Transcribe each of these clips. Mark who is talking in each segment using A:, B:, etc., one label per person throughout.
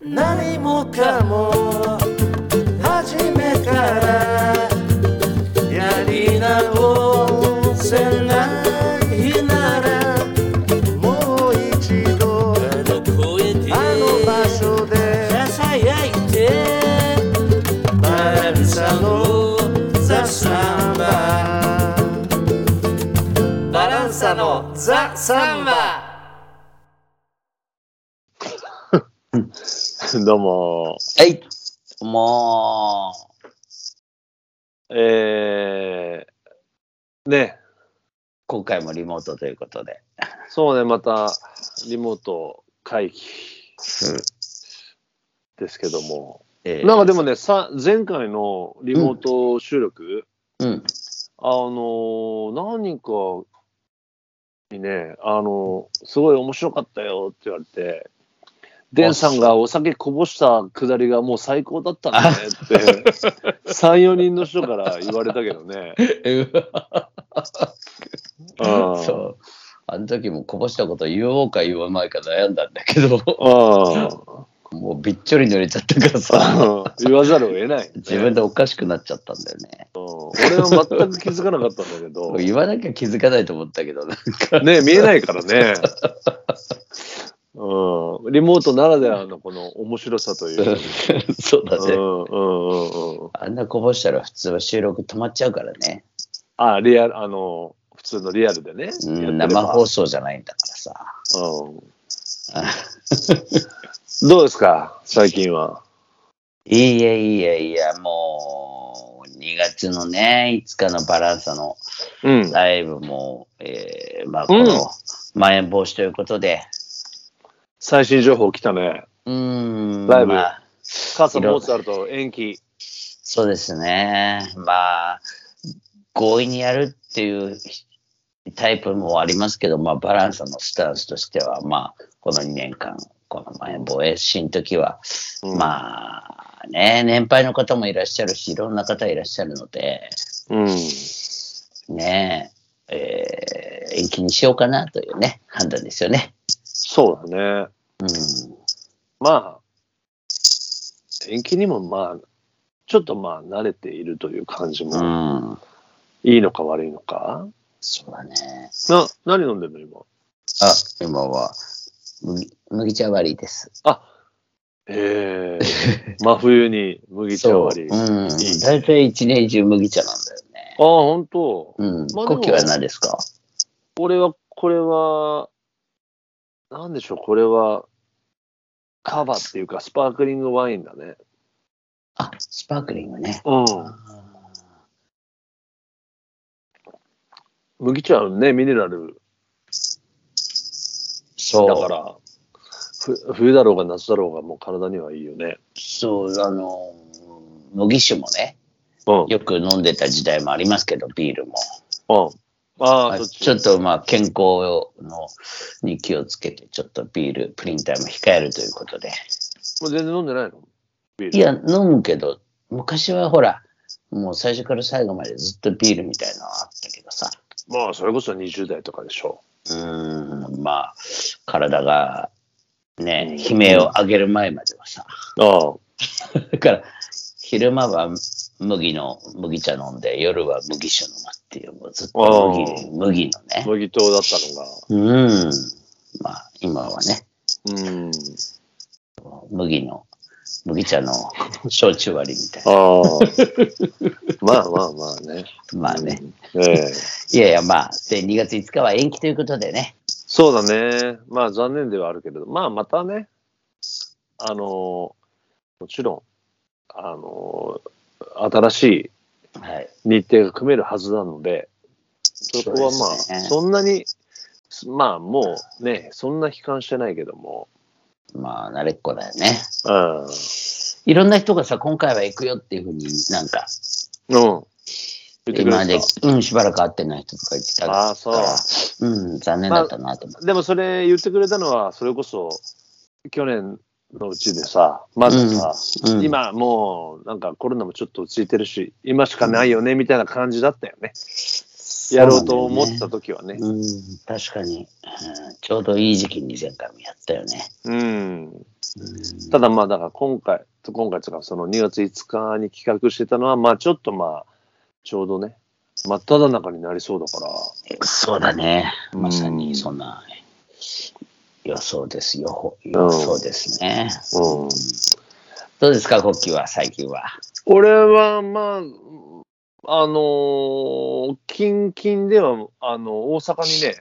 A: 何もかも初めからやり直せないならもう一度
B: あの声で
A: あの場所で
B: ささやいて
A: バランサのザ・サンバ
B: バランサのザ・サンバ
C: どうも。
D: はい。も
C: えー、ね、
D: う、今回もリモートということで。
C: そうね、またリモート会議ですけども。
D: えー
C: なんかでもね、さ前回のリモート収録、
D: うん。
C: あのー、何人かにね、あのーすごい面白かったよって言われて、デンさんがお酒こぼしたくだりがもう最高だったんだねって、3、4人の人から言われたけど ね。うん
D: そう。あの時もこぼしたこと言おうか言わないか悩んだんだけど、
C: うん
D: もうびっちょり濡れちゃったからさ、
C: 言わざるを得ない、
D: 自分でおかしくなっちゃったんだよね。
C: うん俺は全く気づかなかったんだけど
D: 言わなきゃ気づかないと思ったけど、なんか、
C: ね見えないからね、うん、リモートならではのこの面白さという
D: そうだ
C: う
D: ね。
C: んうんうんうん
D: あんなこぼしたら普通は収録止まっちゃうからね。
C: あリアルあの普通のリアルでね、
D: う
C: やってれ
D: ん、
C: ば
D: 生放送じゃないんだからさ。
C: うん、どうですか最近はい
D: やいやいや、もう、2月のね、5日のバランサの
C: うん
D: ライブも、えーまあ、こ
C: うん
D: の、まん延防止ということで、
C: 最新情報来たね
D: うーん、
C: ライブ
D: まあ、
C: 母さんモーツァルト延期
D: そうですね、まあ、強引にやるっていうタイプもありますけど、まあ、バランサのスタンスとしては、まあ、この2年間、このまん延防止の時は、
C: うん
D: まあ、ね、年配の方もいらっしゃるし、いろんな方いらっしゃるので、
C: うん
D: ねえ、えー延期にしようかなというね、判断ですよね。
C: そうだね
D: うん、
C: まあ、延期にもまあ、ちょっとまあ慣れているという感じも、
D: うん、
C: いいのか悪いのか。
D: そうだね。
C: な、何飲んでんの今。
D: あ、今は、麦麦茶割りです。
C: え え真冬に麦茶割り。ああ、
D: そううん。大体一年中麦茶なんだよね。
C: 本当。
D: うん。
C: まあでも
D: コキは何ですか
C: 俺は、これは、なんでしょう、これは、カバっていうか、スパークリングワインだね。
D: あ、スパークリングね。
C: うん。麦茶はね、ミネラル
D: そう。
C: だから、ふ冬だろうが夏だろうが、もう体にはいいよね。
D: そう、あの、麦酒もね、
C: うん。
D: よく飲んでた時代もありますけど、ビールも。
C: うん。ああ、
D: あ
C: そっ
D: ち
C: ち。
D: ょっとまあ健康のに気をつけて、ちょっとビール、プリン体も控えるということで。
C: もう全然飲んでないのビール。
D: いや、飲むけど、昔はほら、もう最初から最後までずっとビールみたいなのはあったけどさ。
C: まあ、それこそ20代とかでしょ。
D: うーん、まあ、体がね、悲鳴を上げる前まではさ。
C: ああ。
D: だから、昼間は麦の、麦茶飲んで、夜は麦酒飲むっていう、もうずっと麦麦のね。
C: 麦糖だったのが。
D: うん。まあ、今はね。
C: うん。
D: 麦の、麦茶の焼酎割りみたいな。
C: ああ。まあまあまあね。
D: まあね。
C: ええ
D: いやいや、まあ、で、2月5日は延期ということでね。
C: そうだね。まあ残念ではあるけれど、まあまたね、あのーもちろん、あのー新しい
D: はい。
C: 日程が組めるはずなので、そこはまあ、
D: そうです
C: そ,、
D: ね
C: んなに、まあもうね、そんな悲観してないけども、
D: まあ、慣れっこだよね。
C: うん。
D: いろんな人がさ、今回は行くよっていうふうになんか、
C: うん。言ってくれ
D: 今ま
C: ま
D: で
C: し、
D: うん、しばらく会ってない人とか言ってた
C: た。
D: から、
C: ああ、そう。
D: うん、残念だったなと思っ
C: でもそれ言ってくれたのは、それこそ去年のうちでさ、まずさ、
D: て。うん、
C: 今もうなんかコロナもちょっと落ち着いてるし、今しかないよねみたいな感じだったよね。やろうと思った時はね。
D: うん、確かに、うんちょうどいい時期に前回もやったよね。
C: うん。ただまあ、だから今回、今回とか、その2月5日に企画してたのは、まあちょっとまあ、ちょうどね、真っ只中になりそうだから、
D: そうだね。
C: うん
D: まさにそんな予想です。予報予想ですね。
C: うん。
D: どうですか、国旗は最近は。
C: 俺はまあ、あのー近々では、あの、大阪にね、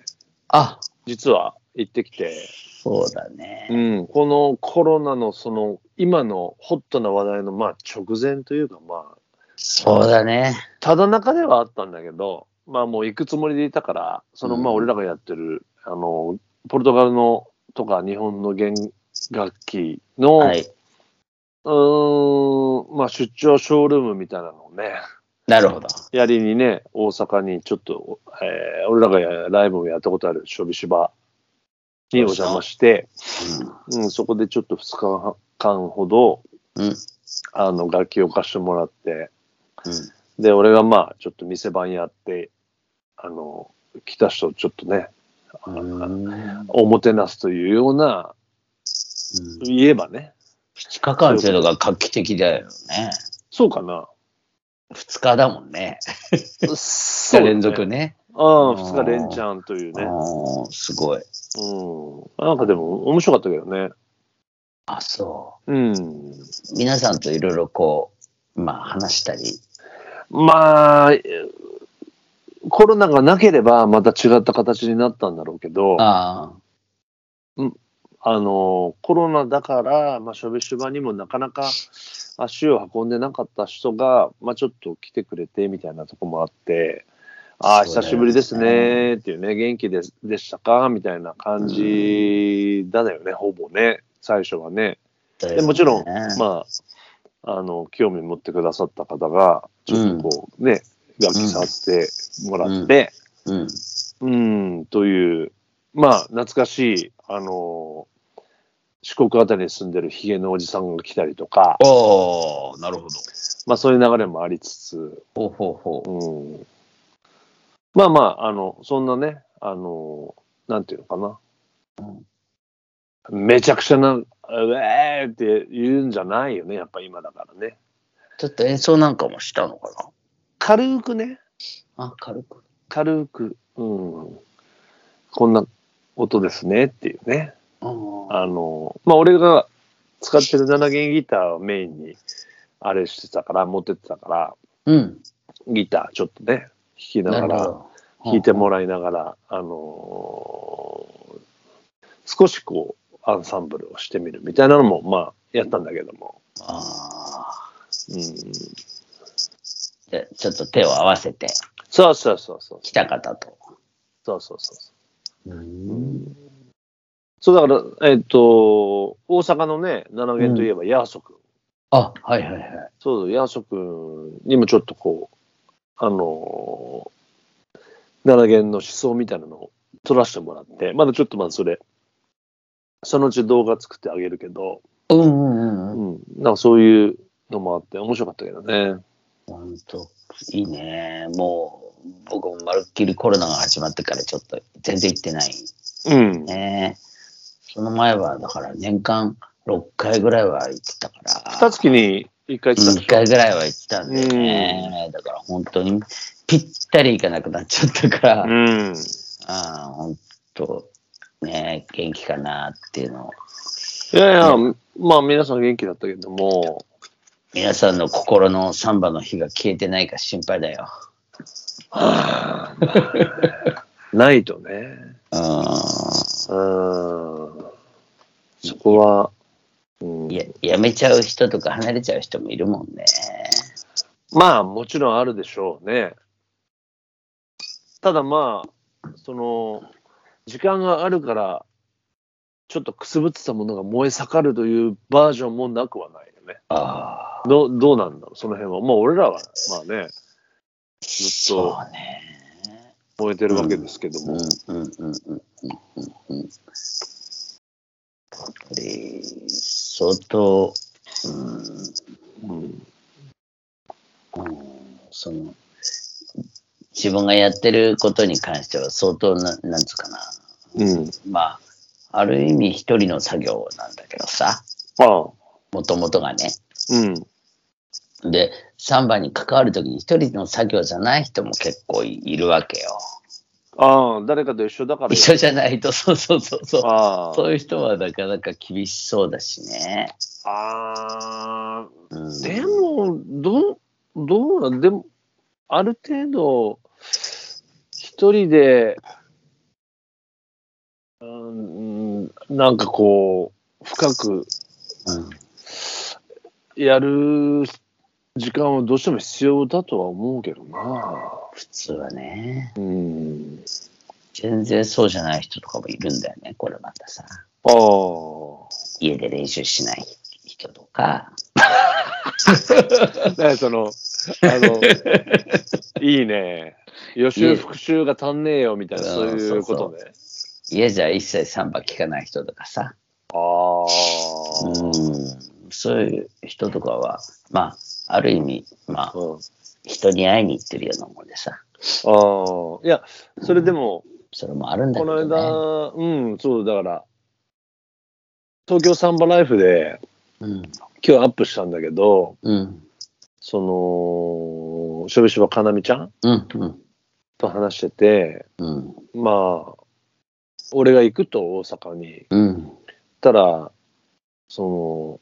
D: あ
C: 実は行ってきて、
D: そうだね。
C: うん、このコロナのその、今のホットな話題の、まあ、直前というか、まあ、
D: そうだね。
C: ただ中ではあったんだけど、まあもう行くつもりでいたから、そのまあ
D: うん
C: 俺らがやってる、あの、ポルトガルのとか日本の弦楽器の、
D: はい。
C: うーん、まあ出張ショールームみたいなのをね、
D: なるほど。
C: やりにね、大阪にちょっと、えー俺らがやライブをやったことあるショビシバにお邪魔して、うん、そこでちょっと2日間ほど、
D: うん。うん。
C: あの、楽器を貸してもらって、
D: うん
C: で、俺がまあ、ちょっと店番やって、あの、来た人をちょっとね、あの
D: うん
C: おもてなすというような、言えばね、
D: 2日間っていうのが画期的だよね。
C: そうかな。
D: 2日だもんね。
C: そ
D: 2日連続
C: ね。
D: ね。
C: ああ、2日連チャンというね。
D: おーすごい。
C: うん。なんかでも、面白かったけどね。
D: あ、そ
C: うん。
D: う。皆さんといろいろこう、まあ話したり。
C: まあ、えーコロナがなければ、また違った形になったんだろうけど、あ
D: ああ、
C: の、コロナだから、まあ、しょべしばにもなかなか足を運んでなかった人が、まあ、ちょっと来てくれてみたいなとこもあって、ああ、
D: そうだよね
C: 久しぶりですねっていうね、元気ででしたかみたいな感じだよね、ほぼね、最初はね。
D: だよ
C: で
D: ね
C: もちろん、まあ、あの、興味持ってくださった方が、ちょっとこう、ね、楽器触ってもらって、
D: うん。
C: うん、という、まあ、懐かしい、あのー四国あたりに住んでるヒゲのおじさんが来たりとか、
D: おおなるほど。
C: まあ、そういう流れもありつつ、
D: ほうほうほう。
C: うん。まあまあ、あの、そんなね、あのーなんていうのかな。めちゃくちゃな、うえーって言うんじゃないよね、やっぱ今だからね。
D: ちょっと演奏なんかもしたのか
C: 軽くね、
D: なあ、軽く。
C: 軽く、うん、こんな音ですねっていうね。
D: あー
C: あの、まあ、俺が使ってる7弦ギターをメインに、あれしてたから、持ってってたから、
D: うん。
C: ギターちょっとね、弾きなが
D: なるほ
C: ら、
D: ど。
C: 弾いてもらいながら、あのー少しこう、アンサンブルをしてみるみたいなのも、まあ、やったんだけども。
D: あ
C: うん。
D: ーでちょっと手を合わせて、
C: そうそうそうそう。
D: 来た方と。
C: そうそうそう。
D: うん。
C: そうだから、えっ、と、大阪のね、7弦といえば、ヤーソ君。
D: あ、はいはいはい。
C: そう、ヤーソ君にもちょっとこう、あのー、7弦の思想みたいなのを撮らせてもらって、まだちょっとまあそれ、そのうち動画作ってあげるけど、
D: うんう
C: う
D: んうん。
C: ん、なんかそういうのもあって、面白かったけどね。
D: 本当いいね。もう、僕もまるっきりコロナが始まってからちょっと全然行ってない
C: うん。
D: ね。その前は、だから年間6回ぐらいは行ってたから。
C: 二月に一回来たで
D: 1
C: しょ
D: 回ぐらいは行ってたんでね、だから本当にぴったり行かなくなっちゃったから、
C: う
D: あ
C: ん。
D: あ本当ね元気かなっていうのを
C: いやいや、まあ皆さん元気だったけども、
D: 皆さんの心のサンバの火が消えてないか心配だよ、
C: ないとね。
D: うん、
C: うんそこは、うん
D: ややめちゃう人とか離れちゃう人もいるもんね
C: まあもちろんあるでしょうね。ただまあ、その、時間があるから、ちょっとくすぶってたものが燃え盛るというバージョンもなくはないよね。
D: ああ
C: どうどうなんだろう、その辺は。まあ俺らは、まあね、ずっと
D: そうね
C: 燃えてるわけですけど
D: う
C: も。
D: んうんうんうんうんうんで相当う
C: う
D: ん
C: ん
D: うんその自分がやってることに関しては相当ななんつうかな
C: うん。
D: まあある意味一人の作業なんだけどさ、
C: ああ、
D: もともとがね。
C: うん。
D: で、サンバに関わるときに一人の作業じゃない人も結構いいるわけよ。
C: ああ、誰かと一緒だから。
D: 一緒じゃないと、そうそうそうそう。
C: ああ
D: そういう人はなかなか厳しそうだしね。
C: あ
D: うん
C: ーでも、どう、どうなんでも、ある程度、一人で、うん、うんなんかこう、深く
D: うん
C: やる時間はどうしても必要だとは思うけどな。
D: 普通はね。
C: うん。
D: 全然そうじゃない人とかもいるんだよね、これまたさ。
C: ああ。
D: 家で練習しない人とか。
C: ねその、あの、いいね。予習復習が足んねえよみたいな、
D: うん
C: そういうことね。
D: 家じゃ一切サンバ聞かない人とかさ。
C: あ
D: うん、そういう人とかは、まあ、ある意味、まあ
C: あ、、うん。
D: 人に会いに行ってるようなもんで
C: あ
D: さ、
C: あ。いや、それでも、
D: それもあるんだ
C: こ
D: け
C: の
D: ど、ね。
C: 間、うん、そう、だから、東京サンバライフで
D: うん、
C: 今日アップしたんだけど、
D: うん、そ
C: その、しょべしばかなみちゃん
D: うん、うん、
C: と話してて、
D: うん、
C: まあ、俺が行くと大阪に、
D: うん、
C: ったら、その、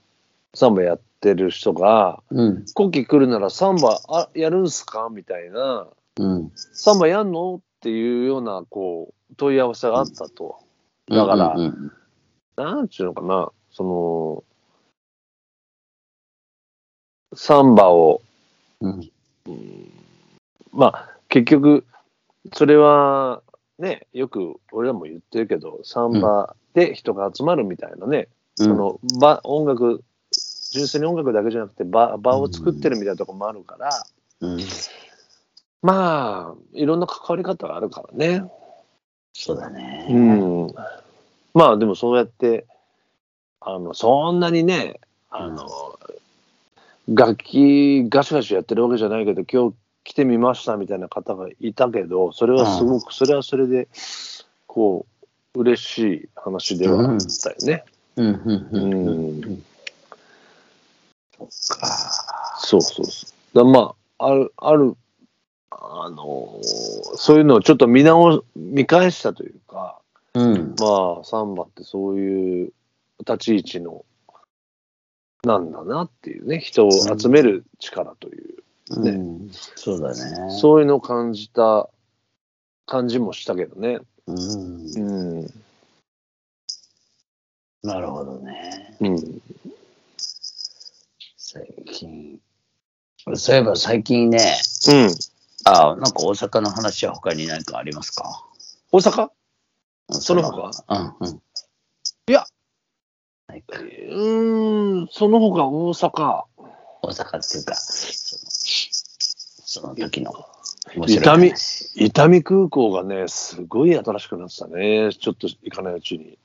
C: サンバやってる人が、
D: うん、
C: コキ来るならサンバあやるんすかみたいな、
D: うん、
C: サンバやんのっていうような、こう、問い合わせがあったと。だから
D: うん、
C: なんちゅうのかな、その、サンバを、
D: うん、
C: まあ、結局、それは、ね、よく俺らも言ってるけど、サンバで人が集まるみたいなね、
D: そ
C: そ、の場音楽純粋に音楽だけじゃなくて場場を作ってるみたいなとこもあるから、
D: うん、
C: まあいろんな関わり方があるからね、
D: そうだね。
C: うん、まあでもそうやってあのそんなにねあの、楽器ガシガシやってるわけじゃないけど今日来てみましたみたいな方がいたけどそれはすごく、それはそれでこう嬉しい話ではあったよね。
D: うん、うん、
C: う
D: うん、
C: ん
D: そっか。
C: そうそうそう。だまあ、ある、ある、あのーそういうのをちょっと見直、見返したというか、
D: うん、
C: まあ、サンバってそういう立ち位置の、なんだなっていうね、人を集める力という、
D: うん、そうだね。
C: そういうのを感じた感じもしたけどね。
D: うん、
C: うん。
D: なるほどね。
C: うん。
D: 最近。そういえば最近ね、
C: うん。
D: ああ、なんか大阪の話は他に何かありますか
C: 大阪
D: そ
C: その他
D: うんうん。
C: いや。
D: ないか
C: うーん、その他大阪。
D: 大阪っていうか、その、その時の面白い
C: 痛み
D: 話
C: 伊丹空港がね、すごい新しくなってたね。ちょっと行かないうちに。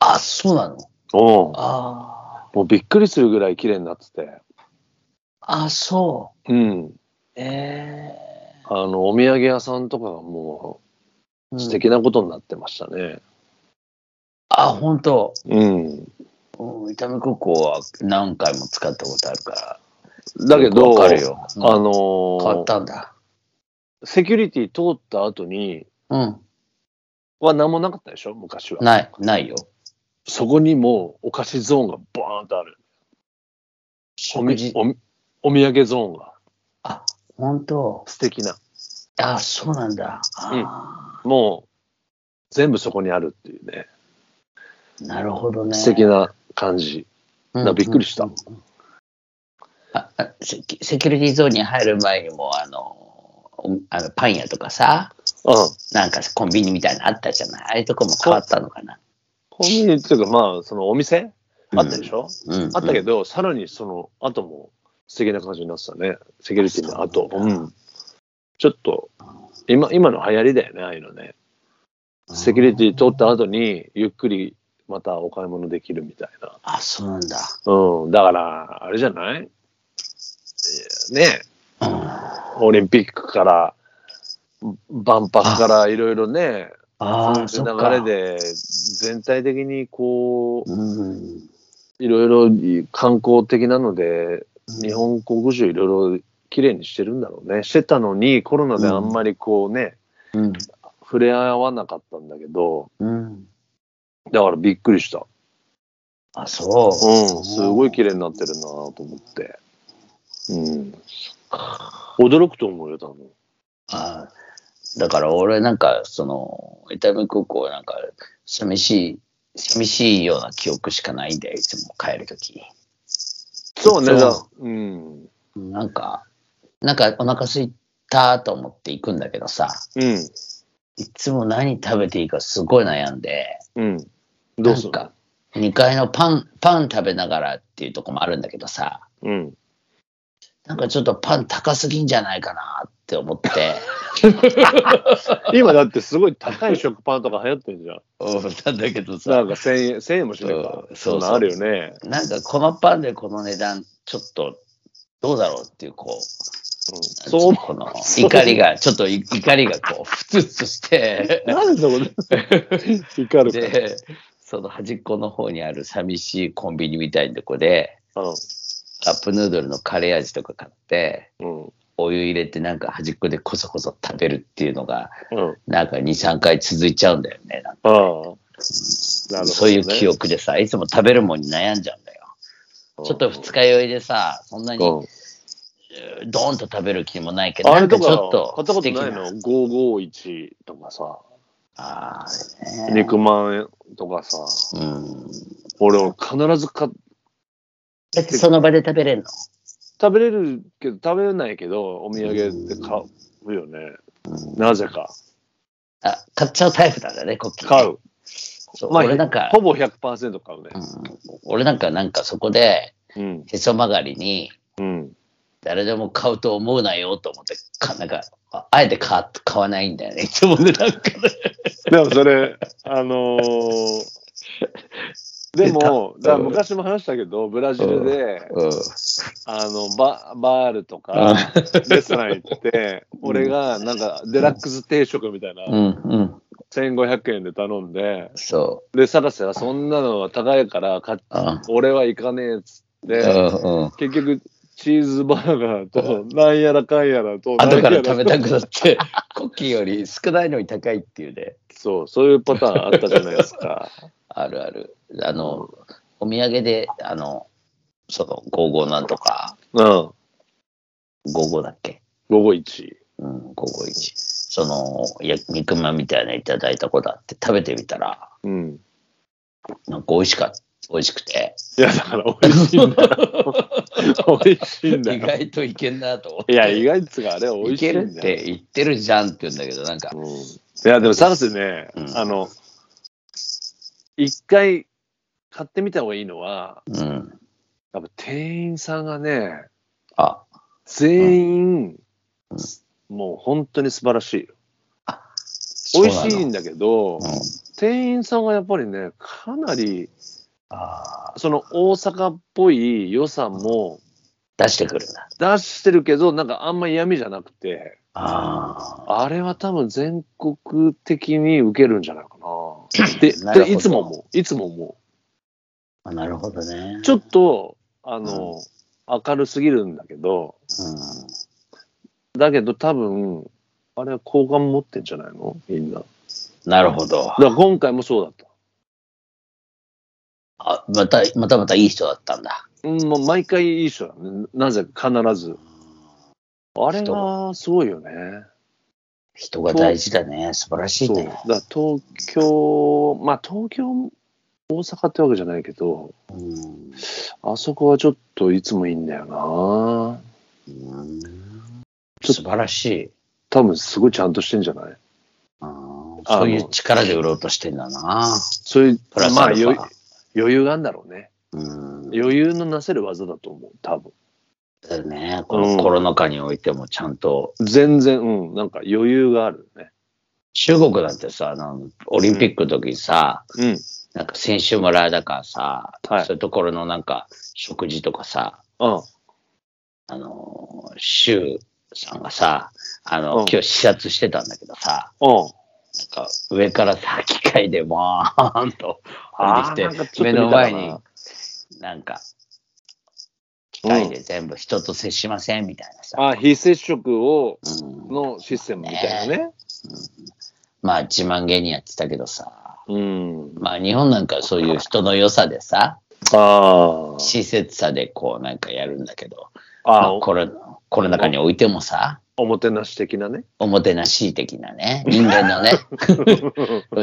D: あ、そうなの
C: うん。
D: あ
C: もうびっくりするぐらい綺麗になってて。
D: あ、あそ
C: うん。
D: う。え
C: あの、お土産屋さんとかがも
D: え
C: う素敵なことになってましたね。
D: あ、本当。
C: うん。
D: うん伊丹空港は何回も使ったことあるから。
C: だけど、
D: よくわ
C: あ
D: かるよ。うん
C: の
D: 変わっ
C: ー
D: たんだ。
C: セキュリティ通った後に
D: うん。
C: は何もなかったでしょ昔は。
D: ない、ないよ。
C: そこにもうお菓子ゾーンがバーンとある。お
D: 食
C: み
D: 事。
C: おみお土産ゾーンが
D: あ、本当。
C: 素敵な。
D: あ、そうなんだ。あ
C: もう全部そこにあるっていうね。
D: ーなるほどね。
C: 素敵な感じ。
D: うん
C: なびっくりした。
D: ああセキセキュリティゾーンに入る前にもあのおあのパン屋とかさ
C: うん。
D: なんかコンビニみたいなのあったじゃないああいうとこも変わったのかな
C: コンビニっていうか、まあ、そのお店あったでしょ、
D: うんうん
C: あったけど、さらにその後も素敵な感じになってたね。セキュリティの後。
D: あそうなんだ
C: うんちょっと、今、今の流行りだよね、ああいうのね。
D: うん
C: セキュリティ取った後に、ゆっくりまたお買い物できるみたいな。
D: あそうなんだ
C: うん。だから、あれじゃないいやねオリンピックから、万博からいろいろね、
D: ああそ
C: そう
D: っ
C: いう
D: か
C: 流れで、全体的にこう、
D: うん
C: いろいろ観光的なので、日本国中いろいろ綺麗にしてるんだろうね。してたのに、コロナであんまりこうね、
D: うん。
C: 触れ合わなかったんだけど、
D: うん。
C: だからびっくりした。
D: あ、そう。
C: うん、すごい綺麗になってるなと思って。うん。驚くと思うよ、多分。
D: あだから俺なんか、その、伊丹空港なんか、寂しい、寂しいような記憶しかないんで、いつも帰るとき。
C: そうね、
D: そう
C: だうん。うん。
D: なんか、なんかお腹空いたと思って行くんだけどさ、いつも何食べていいかすごい悩んで、
C: うん。どうする
D: なんか、2階のパン、パン食べながらっていうとこもあるんだけどさ、
C: うん。
D: なんかちょっとパン高すぎんじゃないかなって思 って、
C: 今だってすごい高い食パンとか流行ってるじゃん。
D: うんなんだけどさ
C: な、んか1000円、1000円もしないか。
D: うん
C: そんなんあるよね。
D: なんかこのパンでこの値段、ちょっとどうだろうっていう、こう、
C: うんそう思
D: この怒りが、ちょっとい怒りがこう、ふつふつして
C: う。、なんでそこ で怒るか
D: で、その端っこの方にある寂しいコンビニみたいなとこで、カップヌードルのカレー味とか買って、
C: うん。うん。
D: お湯入れてなんか端っこでこそこそ食べるっていうのが、
C: うん。
D: なんか2、3回続いちゃうんだよね。なんか
C: ああ。なるほど、ね。
D: そういう記憶でさ、いつも食べるもんに悩んじゃうんだよ。
C: うん。
D: ちょっと二日酔いでさ、そんなに
C: うん
D: ドーンと食べる気もないけど、
C: あれ
D: なんか
C: と
D: ち
C: か、
D: ょっと
C: 買ったこと
D: 素敵
C: ないの ?551 とかさ、
D: ああ、ね。
C: 肉まんとかさ、
D: うん。
C: 俺は必ずか
D: だってその場で食べれんの
C: 食べれるけど、食べれないけど、お土産で買うよね。なぜか。
D: あ、買っちゃうタイプなんだね、コッキー。
C: 買う。
D: そう。
C: まあ
D: 俺なんか、
C: ほぼ100%買うね
D: うん。俺なんかなんかそこで、
C: うん。
D: へそ曲がりに、
C: うん。
D: 誰でも買うと思うなよと思って、かなんか、ああえて買買わないんだよね。いつもね、なんかね。
C: でもそれ、あの ーでも、だから昔も話したけど、ブラジルで、
D: うん。
C: あのババールとかレストラン行って、俺がなんかデラックス定食みたいな、
D: うん、うん。
C: 1500円で頼んで、
D: そう。
C: で、サラセはそんなのは高いから買っ、
D: あ
C: 俺は行かねえっつっ
D: う
C: て、
D: ん、うん。
C: 結局、チーズバーガーと、なんやらかんやらと、
D: 後
C: な
D: から
C: んや
D: 食べたくなって、コッキーより少ないのに高いっていうね。
C: そう、そういうパターンあったじゃないです か。
D: あるある。あの、お土産で、あの、その、55なんとか、
C: うん、午
D: 55だっけ
C: 後1。
D: うん、551。その、や肉まんみたいなのいただいたことあって、食べてみたら、
C: うん。
D: なんか美味しかった。美味しくて。
C: いや、だから美味しいんだよ。 美味しいんだ
D: 意
C: よ。
D: 外といけんなと思って。
C: いや、意外っつうか、あれ美
D: い
C: 味しい
D: けるっ
C: んだよ。
D: て言ってるじゃんって言うんだけど、なんか、
C: うん、いや、でもサラスね、
D: うん
C: あの、一回買ってみた方がいいのは、
D: うん。
C: やっぱ店員さんがね、
D: あ、
C: 全員、
D: うん
C: もう本当に素晴らしい。
D: そう
C: 美
D: なの
C: 味しいんだけど、
D: うん。
C: 店員さんがやっぱりね、かなり、
D: ああ、
C: その大阪っぽい良さも
D: 出してくるんだ。
C: 出してるけど、なんかあんま嫌味じゃなくて、
D: ああ。
C: あれは多分全国的に受けるんじゃないかな。で、
D: なるほ
C: で
D: ど
C: いつも思う。いつも思
D: あなるほどね
C: う。。ちょっと、あの、明るすぎるんだけど、
D: うん
C: だけど多分、あれは好感持ってんじゃないのみんな。だ
D: なるほど。
C: から今回もそうだった。
D: あまた、またまたいい人だったんだ。
C: うん、もう毎回いい人だね。なぜか必ず。あれはすごいよね。
D: 人が大事だね。素晴らしい
C: そう。だ
D: ね
C: か。ら東京、まあ東京、大阪ってわけじゃないけど、
D: うん
C: あそこはちょっといつもいいんだよな。
D: うん
C: ちょ
D: 素晴らしい。
C: 多分すごいちゃんとしてんじゃない
D: あーそうい
C: あ
D: う
C: の
D: 力で売ろうとしてんだな。
C: そういう、
D: プラス
C: ま
D: ア
C: あ
D: ル
C: 余
D: ファ
C: 裕余裕があるんだろうね。
D: うん、だ
C: 余裕のなせる技だと思う、多分。
D: よね。こ
C: う
D: の
C: ん
D: コロナ禍においてもちゃんと、
C: 全然、うん、なんか余裕があるね。
D: 中国なんてさ、あのオリンピックの時にさ、
C: うん。
D: なんか選手村だからさ、
C: はい
D: そういうところのなんか食事とかさ、
C: あ
D: あの、周さんがさ、あの、
C: うん
D: 今日視察してたんだけどさ、
C: うん。
D: なんか上からさ、機械でバーンと
C: あー
D: 降りて
C: なんか
D: き
C: ち
D: て、
C: ょっと見たか
D: 目
C: な
D: の前になんか、機械で全部人と接しませんみたいなさ。
C: あ、非接触を、
D: うん
C: のシステムみたいなね。
D: まあ、自慢げにやってたけどさ。
C: うん。
D: まあ、日本なんかそういう人の良さでさ、
C: あー
D: 親切さでこうなんかやるんだけど、まあ
C: あー、
D: コロコロナ禍においてもさ、
C: おもてなし的なね。
D: おもてなし的なね、人間の ね、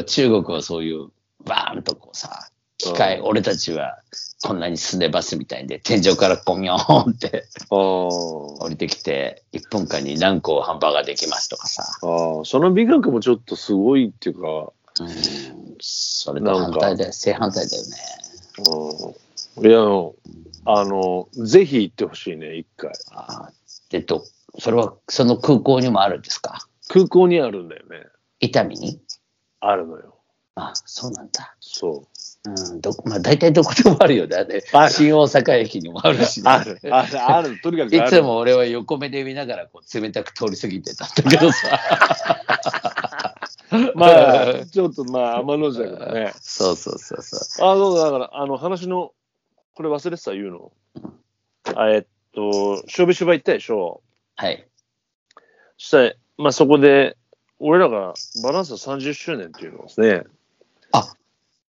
D: 中国はそういう、バーンとこうさ、機械、
C: うん
D: 俺たちはこんなにすねバスみたいで、天井からゴミョーン って
C: あー
D: 降りてきて、1分間に何個ハンバーガーできますとかさ、
C: あー。その美学もちょっとすごいっていうか、
D: うん、それと反対だよ、正反対だよね。
C: うん、いや、あの、ぜひ行ってほしいね、一回。
D: あーでと、それはその空港にもあるんですか
C: 空港にあるんだよね。
D: 伊丹に
C: あるのよ。
D: あ、そうなんだ。
C: そ
D: うん、どこ、まあ大体どこでもあるよね。あれ
C: ある
D: 新大阪駅にもあるし
C: う。
D: ね、
C: ある、ある、ある、とにかく
D: い
C: ある。
D: つも俺は横目で見ながらこう冷たく通り過ぎてたんだけどさ。
C: まあ、ちょっとまあ、天の邪だからね。
D: そうそうそうそう。
C: あ、そうだだから、あの、話の、これ忘れてた、言うの。あえっと、しょびしょば行ったでしょ。
D: はい。
C: したい、まあそこで、俺らがバランス30周年っていうのをですね。
D: あ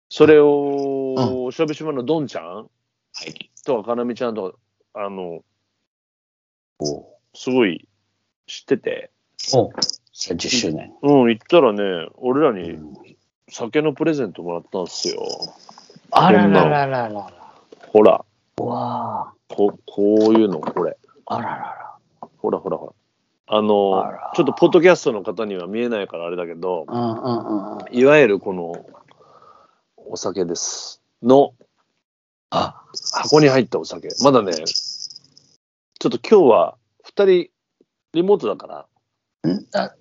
C: それを、しょびしょばのどんちゃん
D: はい。
C: とかかなみちゃんとか、あの、
D: お
C: すごい知ってて。
D: お30周年。
C: うん、行ったらね、俺らに
D: うん
C: 酒のプレゼントもらったんですよ。
D: あらららららら。
C: ほら、
D: うわ
C: ここういうの、これ。
D: あ。あららら
C: ほらほらほら。あの
D: あら
C: ちょっとポッドキャストの方には見えないからあれだけど、
D: ら。うんうんうんうん。
C: いわゆるこのお酒です。の
D: あ、
C: 箱に入ったお酒。まだね、ちょっと今日は2人リモートだから、
D: んあ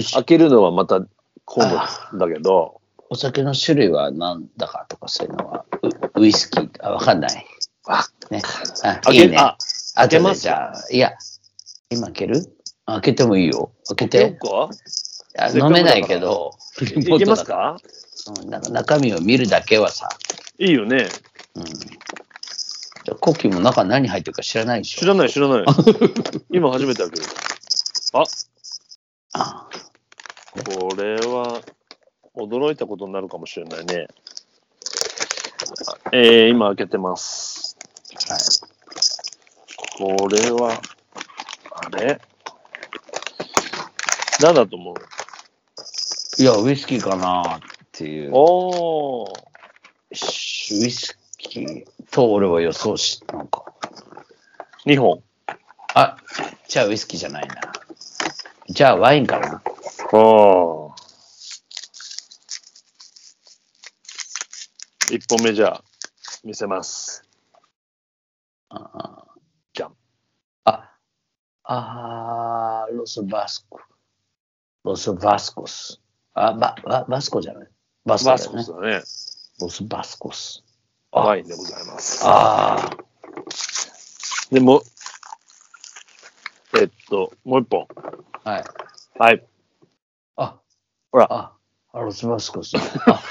D: し
C: 開けるのはまた今度だけど、
D: お酒の種類はなんだかとかそういうのは、ウウイスキー、あ、わかんない。
C: あ
D: ね、あ、
C: 開
D: い
C: け
D: いね。
C: あ、
D: あ
C: け
D: と
C: ま
D: ですじゃあ、いや、今開ける開けてもいいよ。開け
C: 開け
D: て。
C: ようか
D: あ
C: せっかくだから
D: 飲めない けど、リモ
C: い
D: ー
C: け
D: ト
C: ま
D: だ
C: す
D: から
C: か
D: うんなんか中身を見るだけはさ。
C: いいよね。
D: うん。じゃあコッキーも中何入ってるか知らないでしょ
C: 知らない、知ら ない。今初めて開ける。
D: あ
C: これは驚いたことになるかもしれないね。えー、今開けてます。
D: はい。
C: これは、あれなんだと思う
D: いや、ウイスキーかなっていう。
C: おー、
D: しウイスキーと俺は予想し、なんか。
C: 2本。
D: あ、じゃあウイスキーじゃないな。じゃあワインか
C: あ
D: な。
C: 1本目じゃあ見せます。
D: あ
C: じゃん。
D: あ、あーロスバスコ。ロスバスコス。あ、ば、ば、バスコじゃない。バスコ
C: バ
D: だ
C: ス
D: よ
C: コ
D: ね
C: ス。だね。
D: ロスバスコス。
C: ワインでございます。
D: ああ、
C: でも、えっと、もう1本。
D: はい。
C: はい。
D: あ、
C: ほら
D: あ、あロスバスコス。あ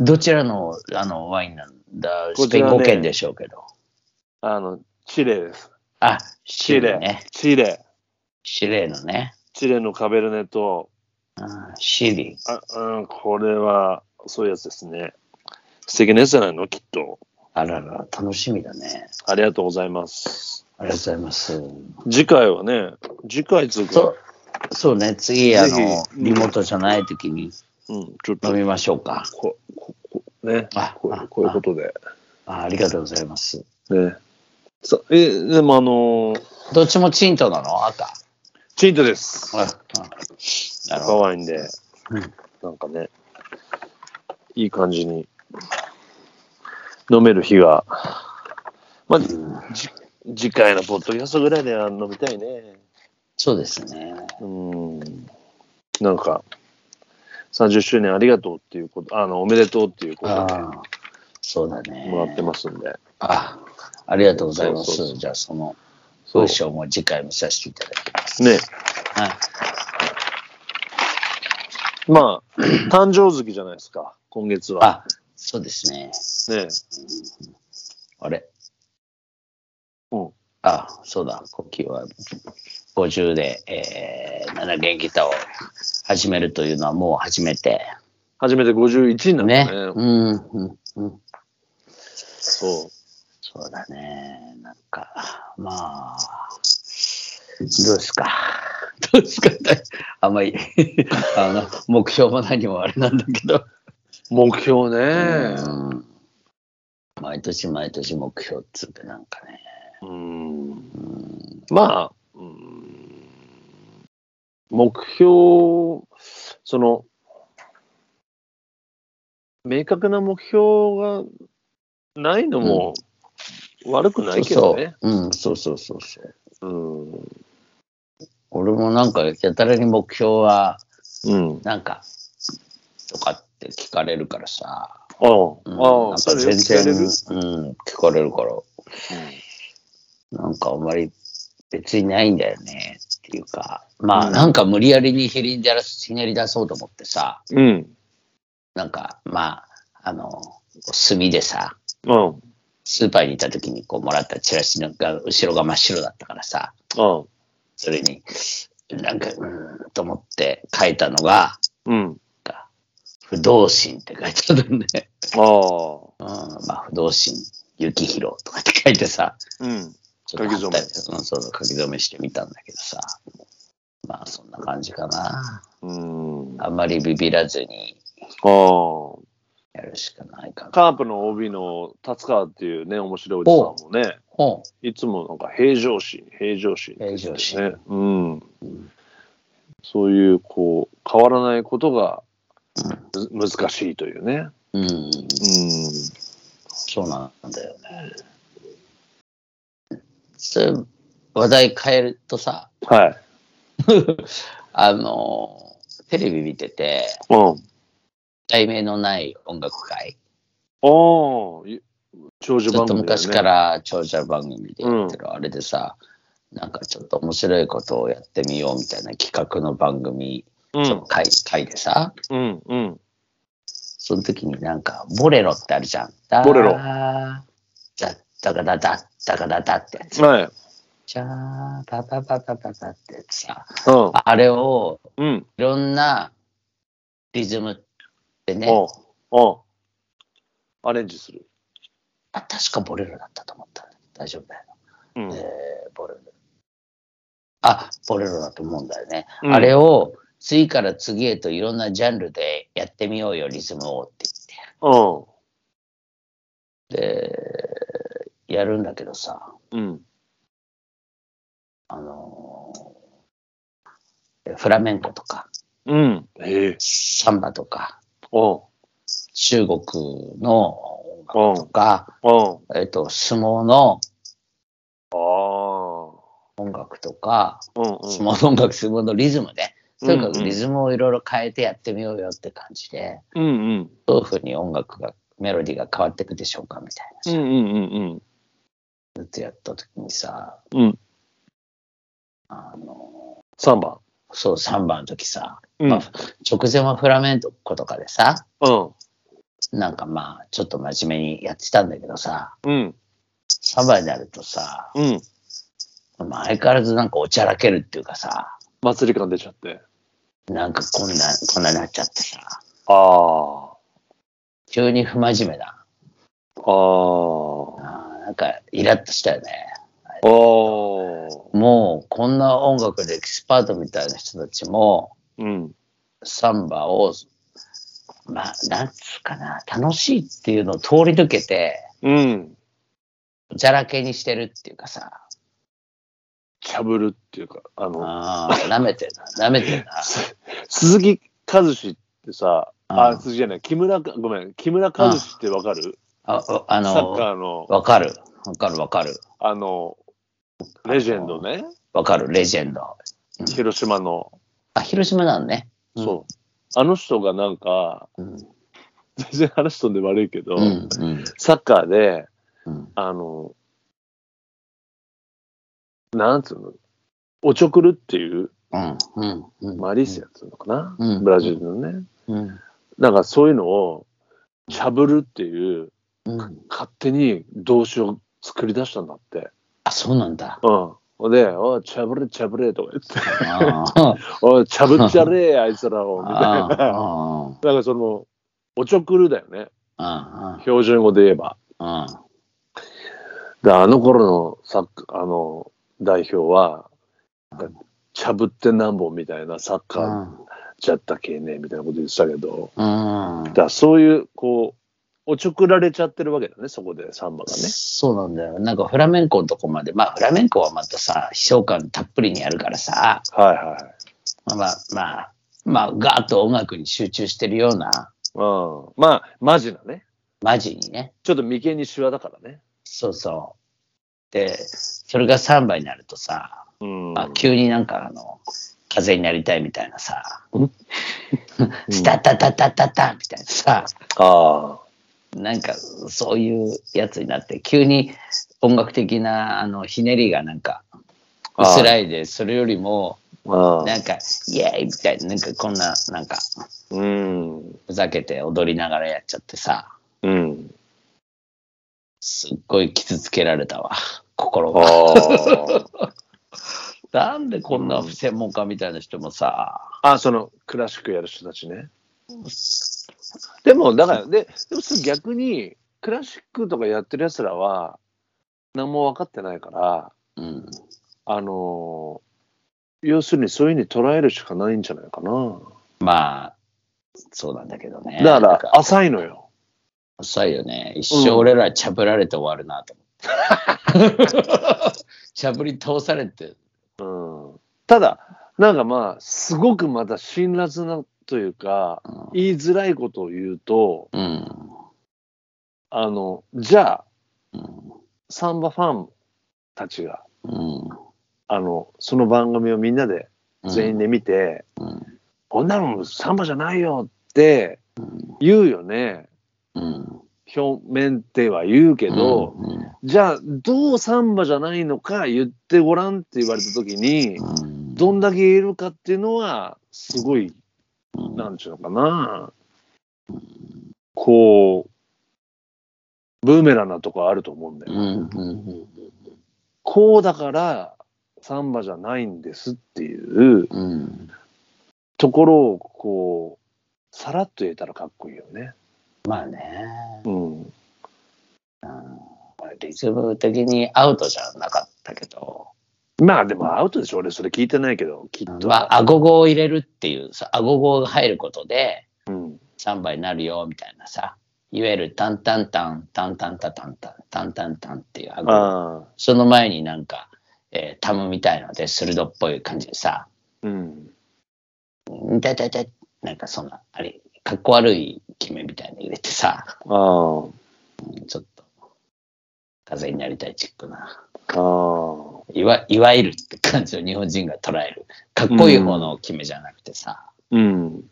D: どちらのあのワインなんだ
C: こ
D: ス
C: ち
D: ペイ
C: ら
D: ン
C: ね
D: 語圏でしょうけど。
C: あの、チレです。
D: あ、
C: チ
D: シレ
C: レ。
D: ね。
C: チレ。
D: シレのね。
C: チレのカベルネと、
D: うんシリ。
C: あうん、これは、そういうやつですね。素敵なやつじゃないのきっと。
D: あらら、楽しみだね。
C: ありがとうございます。
D: ありがとうございます。
C: 次回はね、次回つう
D: そ
C: か、
D: う、そうね、次、あの
C: ぜ、ひ
D: リモートじゃない時に
C: うん、ちょっ
D: 飲
C: と、
D: みましょうか。
C: こ、こ、こね、
D: あ
C: こうい
D: あ
C: うこういうことで。
D: あありがとうございます。
C: ね。さえ、でもあのー
D: どっちもチントなの赤。
C: チントです。
D: あなる
C: 赤
D: ほど。
C: ワインで、
D: うん
C: なんかね、いい感じに飲める日が、まあ、
D: うん
C: じ次回のポッドキャストぐらいでは飲みたいね。
D: そうですね。
C: うん。なんか、30周年ありがとうっていうこと、あの、おめでとうっていうこ
D: あ
C: と
D: あ、そうだね。
C: でもらってますんで。
D: あ、ありがとうございます。
C: そうそうそう
D: じゃあ、その
C: そう
D: 文章も次回見させていただきます。
C: ね。
D: はい。
C: ま あ、誕生月じゃないですか、今月は。
D: あ、そうですね。
C: ね。
D: あれ
C: うん
D: あ、そうだ、呼吸は50で、えー、7弦ギターを始めるというのはもう始めて、
C: 初めて51にな
D: ね。
C: ったね。
D: うん、うん、うん。
C: そ
D: そうだね。なんか、まあ、どうですか。どうですかってあんまり、 あの、目標も何もあれなんだけど。
C: う。目標ね。
D: うん毎年毎年目標っつうかなんかね。
C: うんまあ、うん目標、その、明確な目標がないのも悪くないけどね。
D: そうそう。うん、そうそうそうそう。
C: うん
D: 俺もなんか、やたらに目標は、
C: うん。
D: なんか、とかって聞かれるからさ。
C: ああ、
D: うん
C: あ
D: な
C: あ、
D: ん
C: そ
D: か
C: れよ
D: 全
C: く聞か
D: 然、
C: れ
D: う
C: る
D: ん、聞かれるから。なんかあんまり別にないんだよねっていうか、まあなんか無理やりにひりだらすひねり出そうと思ってさ、
C: うん。
D: なんかまあ、あの、炭でさ、
C: うん。
D: スーパーに行った時にこうもらったチラシのが後ろが真っ白だったからさ、
C: うん。
D: それに、なんか、うーんと思って書いたのが、
C: うん。
D: 不動心って書いてあるんで、
C: ああ。
D: うん、まあ不動心、雪広とかって書いてさ、
C: うん。
D: ちょっと貼ったりうんそうそう、書き初めしてみたんだけどさ、まあそんな感じかな。
C: うん。あ
D: あんまりビビらずに
C: あ。
D: やるしかないかな。
C: カープの OB の達川っていうね、面白いおじさんもね、
D: ほ
C: いつもなんか平常心、平常心、
D: 平常心
C: ね。うん。そういう、こう、変わらないことがむ難しいというね。
D: う。うん、
C: うん。
D: そうなんだよね。そういう話題変えるとさ、
C: はい。
D: あの、テレビ見てて、
C: うん。
D: 題名のない音楽会、
C: おー、い長寿
D: ずっ
C: 番
D: と
C: 組、ね。
D: 昔か。ら長者番組でやってる、あれでさ、なんかちょっと面白いことをやってみようみたいな企画の番組、
C: うん。
D: 会会でさ、
C: うん。うん。
D: その時になんか、ボレロってあるじゃん。だー
C: ボレロ
D: ダッダガダダッダガダダってやつ。
C: はい。
D: じゃーパパパパパパってやつさ。
C: うん。
D: あれを、
C: うん。
D: いろんなリズムでね、
C: おおアレンジする。
D: あ、確かボレロだったと思った。大丈夫だよ。
C: うん。
D: えー、ボレロ。あ、ボレロだと思うんだよね。
C: うん
D: あれを、次から次へといろんなジャンルでやってみようよ、リズムをって
C: うん。
D: 言って。で、やるんだけどさ。
C: うん。
D: あのーフラメンコとか、
C: うん。ええ
D: サンバとか、
C: お
D: 中国の音楽とか、
C: うん。
D: えっと、相撲の
C: ああ。
D: 音楽とか、
C: うんうん。
D: 相撲の音楽、相撲のリズムね。
C: うん
D: とにかくリズムをいろいろ変えてやってみようよって感じで、
C: うんうん。
D: どういうふうに音楽が、メロディーが変わっていくでしょうかみたいな
C: う
D: さ
C: んうんうん、
D: ずっとやった時にさ、
C: うん。うん。
D: あの
C: 3番。
D: ーそう、3番の時さ、
C: うん。
D: まあ直前はフラメンコとかでさ、
C: うん。
D: なんかまあ、ちょっと真面目にやってたんだけどさ、
C: うん。
D: サバになるとさ、
C: うん。
D: まあ相変わらずなんかおちゃらけるっていうかさ、
C: 祭り感出ちゃって。
D: なんかこんな、こんなになっちゃってさ、
C: あ
D: 急に不真面目な、
C: あ。ああ。
D: あーなんかイラッとしたよね。
C: ああ。
D: もうこんな音楽でエキスパートみたいな人たちも、
C: うん。
D: サンバを、まあ、なんつうかな、楽しいっていうのを通り抜けて、
C: うん。
D: おちゃらけにしてるっていうかさ、
C: しゃぶるっていうか、あの、
D: ああ、舐めてるな、舐めてるな。
C: 鈴木和志ってさ、
D: う
C: あ、
D: ん
C: 鈴木じゃない、木村か、ごめん、木村和志ってわかる
D: ああ
C: サッ
D: の、
C: カーの、
D: わかる、わかる、わかる、
C: あの、レジェンドね、
D: わかる、レジェンド。うん
C: 広島の。
D: あ、広島なのね。
C: そう。あの人がなんか、
D: うん。
C: 全然話飛んで悪いけど、
D: うん。うん。
C: サッカーで、
D: うん。
C: あの、なんつうの、おちょくるっていう、
D: うん。うん。うん。
C: マリシアっつうのかな、
D: うん
C: ブラジルのね。
D: うん。
C: なんかそういうのを、しゃぶるっていう、
D: うん。
C: 勝手に動詞を作り出したんだって。
D: あ、そうなん だ。
C: うん。ほんで、おい、ちゃぶれちゃぶれとか言って、
D: あー
C: おい、ちゃぶっちゃ れ、あいつらを、みたい
D: あー
C: な。
D: あ
C: だからその、おちょくるだよね、
D: ーあー
C: 標準語で言えば。
D: あー
C: で、あの頃のサッカー、あの、代表は、なんかちゃぶってなんぼみたいなサッカ
D: う
C: ー
D: ん
C: じゃったけね、みたいなこと言ってたけど、
D: うん
C: だからそういう、こう、おちょくられちゃってるわけだね、そこで、サンバがね。
D: そうなんだよ。なんかフラメンコのとこまで、まあフラメンコはまたさ、悲壮感たっぷりにやるからさ、
C: はいはいはい。
D: まあまあ、まあ、まあ、ガーッと音楽に集中してるような、
C: うん、まあ、マジなね。
D: マジにね。
C: ちょっと眉間にシワだからね。
D: そうそう。で、それが3倍になるとさ、
C: うん
D: まあ、急になんかあの、風になりたいみたいなさ
C: うん、
D: スタタタタタタみたいなさ、
C: あ
D: なんかそういうやつになって、急に音楽的なあのひねりがなんか、
C: あ
D: 薄らいで、それよりも、
C: あ。ああ
D: なんか、イエーイみたいな、なんかこんな、なんか、
C: うん。
D: ふざけて踊りながらやっちゃってさ、
C: うん。
D: すっごい傷つけられたわ、心
C: あ
D: が。
C: あ。
D: なんでこんな専門家みたいな人もさ、
C: あ、その、クラシックやる人たちね。でも、だから、で、でもそれ逆に、クラシックとかやってる奴らは、何も分かってないから、
D: うん、
C: あのー要するにそういうふうに捉えるしかないんじゃないかな。
D: まあ、そうなんだけどね。
C: だ
D: な
C: か
D: ん
C: ら、浅いのよ。
D: 浅いよね。一生俺らちゃぶられて終わるな と思って。ちゃぶり倒されて、
C: うん。ただ、なんかまあ、すごくまた辛辣なというか、
D: うん
C: 言いづらいことを言うと、
D: うん、
C: あの、じゃあ、
D: うん、
C: サンバファンたちが、
D: うん、
C: あの、その番組をみんなで、全員で見て、
D: うん、
C: こんなのサンバじゃないよって
D: うん、
C: 言うよね。
D: うん、
C: 表面では言うけ
D: け
C: ど、
D: うん、
C: じゃあ、どうサンバじゃないのか言ってごらんって言われた時に、
D: うん
C: どんだけ言えるかっていうのは、すごい、
D: うん
C: なんちゅうのかな。こう、ブーメランなとこあると思うんだよ。
D: うんうん
C: こうだからサンバじゃないんですっていう
D: うんうん
C: ところをこうさらっと言えたらかっこいいよね。
D: まあね、
C: うん、
D: リズム的にアウトじゃなかったけど、
C: まあでもアウトでしょ俺それ聞いてないけどきっと。
D: まあ、顎語を入れるっていう、さ顎語が入ることで、
C: うん、
D: 3倍になるよみたいなさ、いわゆるタンタンタン、タンタンタタンタン、タンタンタンっていう顎語、
C: ああ、
D: その前になんか、えータムみたいので、鋭っぽい感じでさ、
C: うん、
D: んたたた、なんかそんな、あれ、かっこ悪い決めみたいなの入れてさ、
C: ああ、
D: ちょっと、風になりたいチックな。
C: ああ、
D: いわいわゆるって感じを日本人が捉えるかっこいい方の決めじゃなくてさ、
C: うん、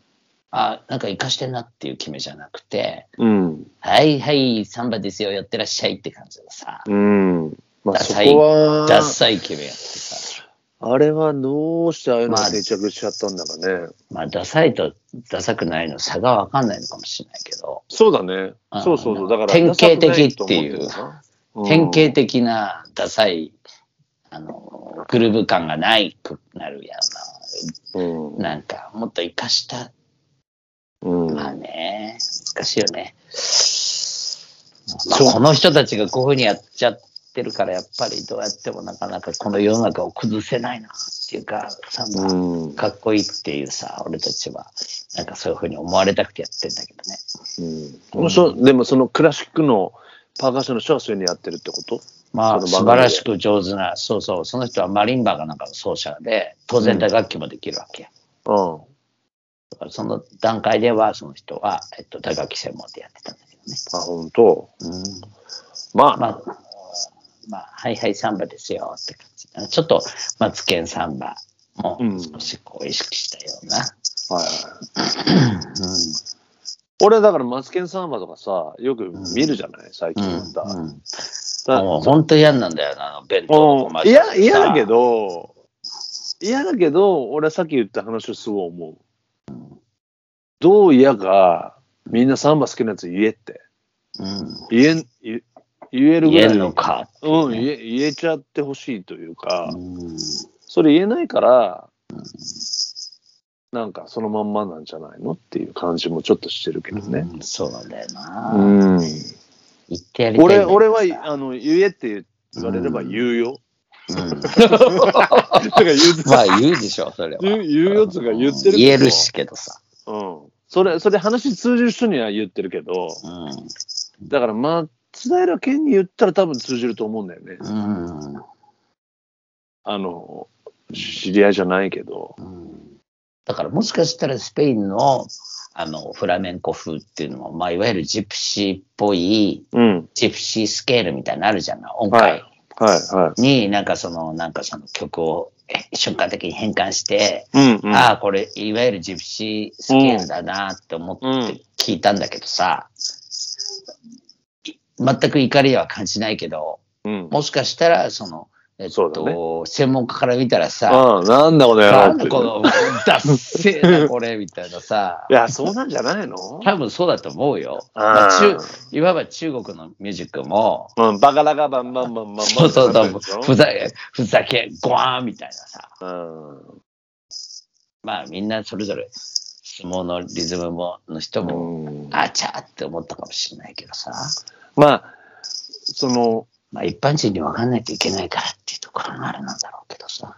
D: あなんか生かしてんなっていう決めじゃなくて
C: うん、
D: はいはいサンバですよやってらっしゃいって感じのさ
C: うん。まあ
D: ダ
C: そ
D: サい
C: こは、
D: ダッサい決めやってさ
C: あれはどうしてああいうのが定着しちゃったんだかね。
D: まあダサいとダサくないの差が分かんないのかもしれないけど、
C: そうだね
D: あ。ー
C: そうそうそう。だから
D: 典型的っていう
C: ダサくないと思
D: 典
C: うんだよ
D: 型的なダサいあのグルーブ感がないくなるや
C: な。うん
D: んななんかもっと生かした
C: うんうん
D: まあね、難しいよね。まあ
C: そう
D: この人たちがこういうふうにやっちゃってるから、やっぱりどうやってもなかなかこの世の中を崩せないなっていうか、さ
C: うん
D: かっこいいっていうさ、俺たちは、なんかそういうふうに思われたくてやってんだけどね。
C: うん、そうでもそのクラシックのパーカッションの人はそういうのやってるってこと
D: ま
C: そ
D: あ、
C: の番
D: 素
C: 組
D: 晴
C: で
D: らしく上手な、そうそう、その人はマリンバがなんかの奏者で、当然打楽器もできるわけや。
C: うん。
D: だからその段階では、その人は、えっと、打楽器専門でやってたんだけどね。
C: あ、本当。
D: うん
C: まあ、
D: まあ、まあ、ハイハイサンバですよって感じ。あのちょっと、マツケンサンバも
C: うん
D: 少しこう意識したような。
C: はいはい、俺だからマツケンサンバとかさ、よく見るじゃない、最
D: うん。
C: 近だ。
D: うん。うん
C: だ
D: もう本当嫌なんだよな、あの弁当のコマー
C: うん
D: シャルさ
C: 嫌嫌だけ。ど、嫌だけど、俺はさっき言った話をすごい思う。どう嫌か、みんなサンバ好きなやつ言えって。
D: うん。
C: 言えん、言言えるぐ
D: 言え
C: ら
D: る
C: い、
D: のか。
C: うん、言え言えちゃってほしいというか、
D: うん
C: それ言えないから、なんかそのまんまなんじゃないのっていう感じもちょっとしてるけどね。
D: うんそうなんだよな。
C: うん、
D: 言ってやりたいんだけ
C: 俺
D: どさ
C: 俺はあの言えって言われれば言うよ。
D: うん
C: だから 言う
D: まあ言うでしょ、それは。
C: 言う言うよつが言ってるけど
D: 言えるしけどさ。
C: うん、それそれ話通じる人には言ってるけど
D: うん。
C: だから松平健に言ったら多分通じると思うんだよね。
D: うん。
C: あの知り合いじゃないけど。
D: うんだからもしかしたらスペインのあのフラメンコ風っていうのも、まあ、いわゆるジプシーっぽい、
C: うん、
D: ジプシースケールみたいなのあるじゃない、音
C: はい
D: 階
C: はいは
D: に、なんかその、なんかその曲をえ瞬間的に変換して、
C: い。うんうん、
D: ああ、これ、いわゆるジプシースケールだなって思って聞いたんだけどさ、い全く怒りは感じないけど、
C: うん、
D: もしかしたら、その、えっ
C: そ
D: と、
C: うだね
D: 専門家から見たらさ、
C: ああなんだこれ
D: なんだこの、ダッセーな、これ、みたいなさ
C: い。や、そうなんじゃないの
D: 多分そうだと思うよ。
C: あー
D: まあ、中いわば中国のミュージックも、
C: うん、バカラガバンバンバンバンバン。
D: そうそうそう、ふ
C: う
D: ざけ、ふざけ、ゴワーンみたいなさ。
C: ん。
D: まあみんなそれぞれ相撲のリズムもの人も、
C: うん
D: あちゃーって思ったかもしれないけどさ。
C: まあ、その、
D: まあ一般人に分かんないといけないからっていうところがあれなんだろうけどさ。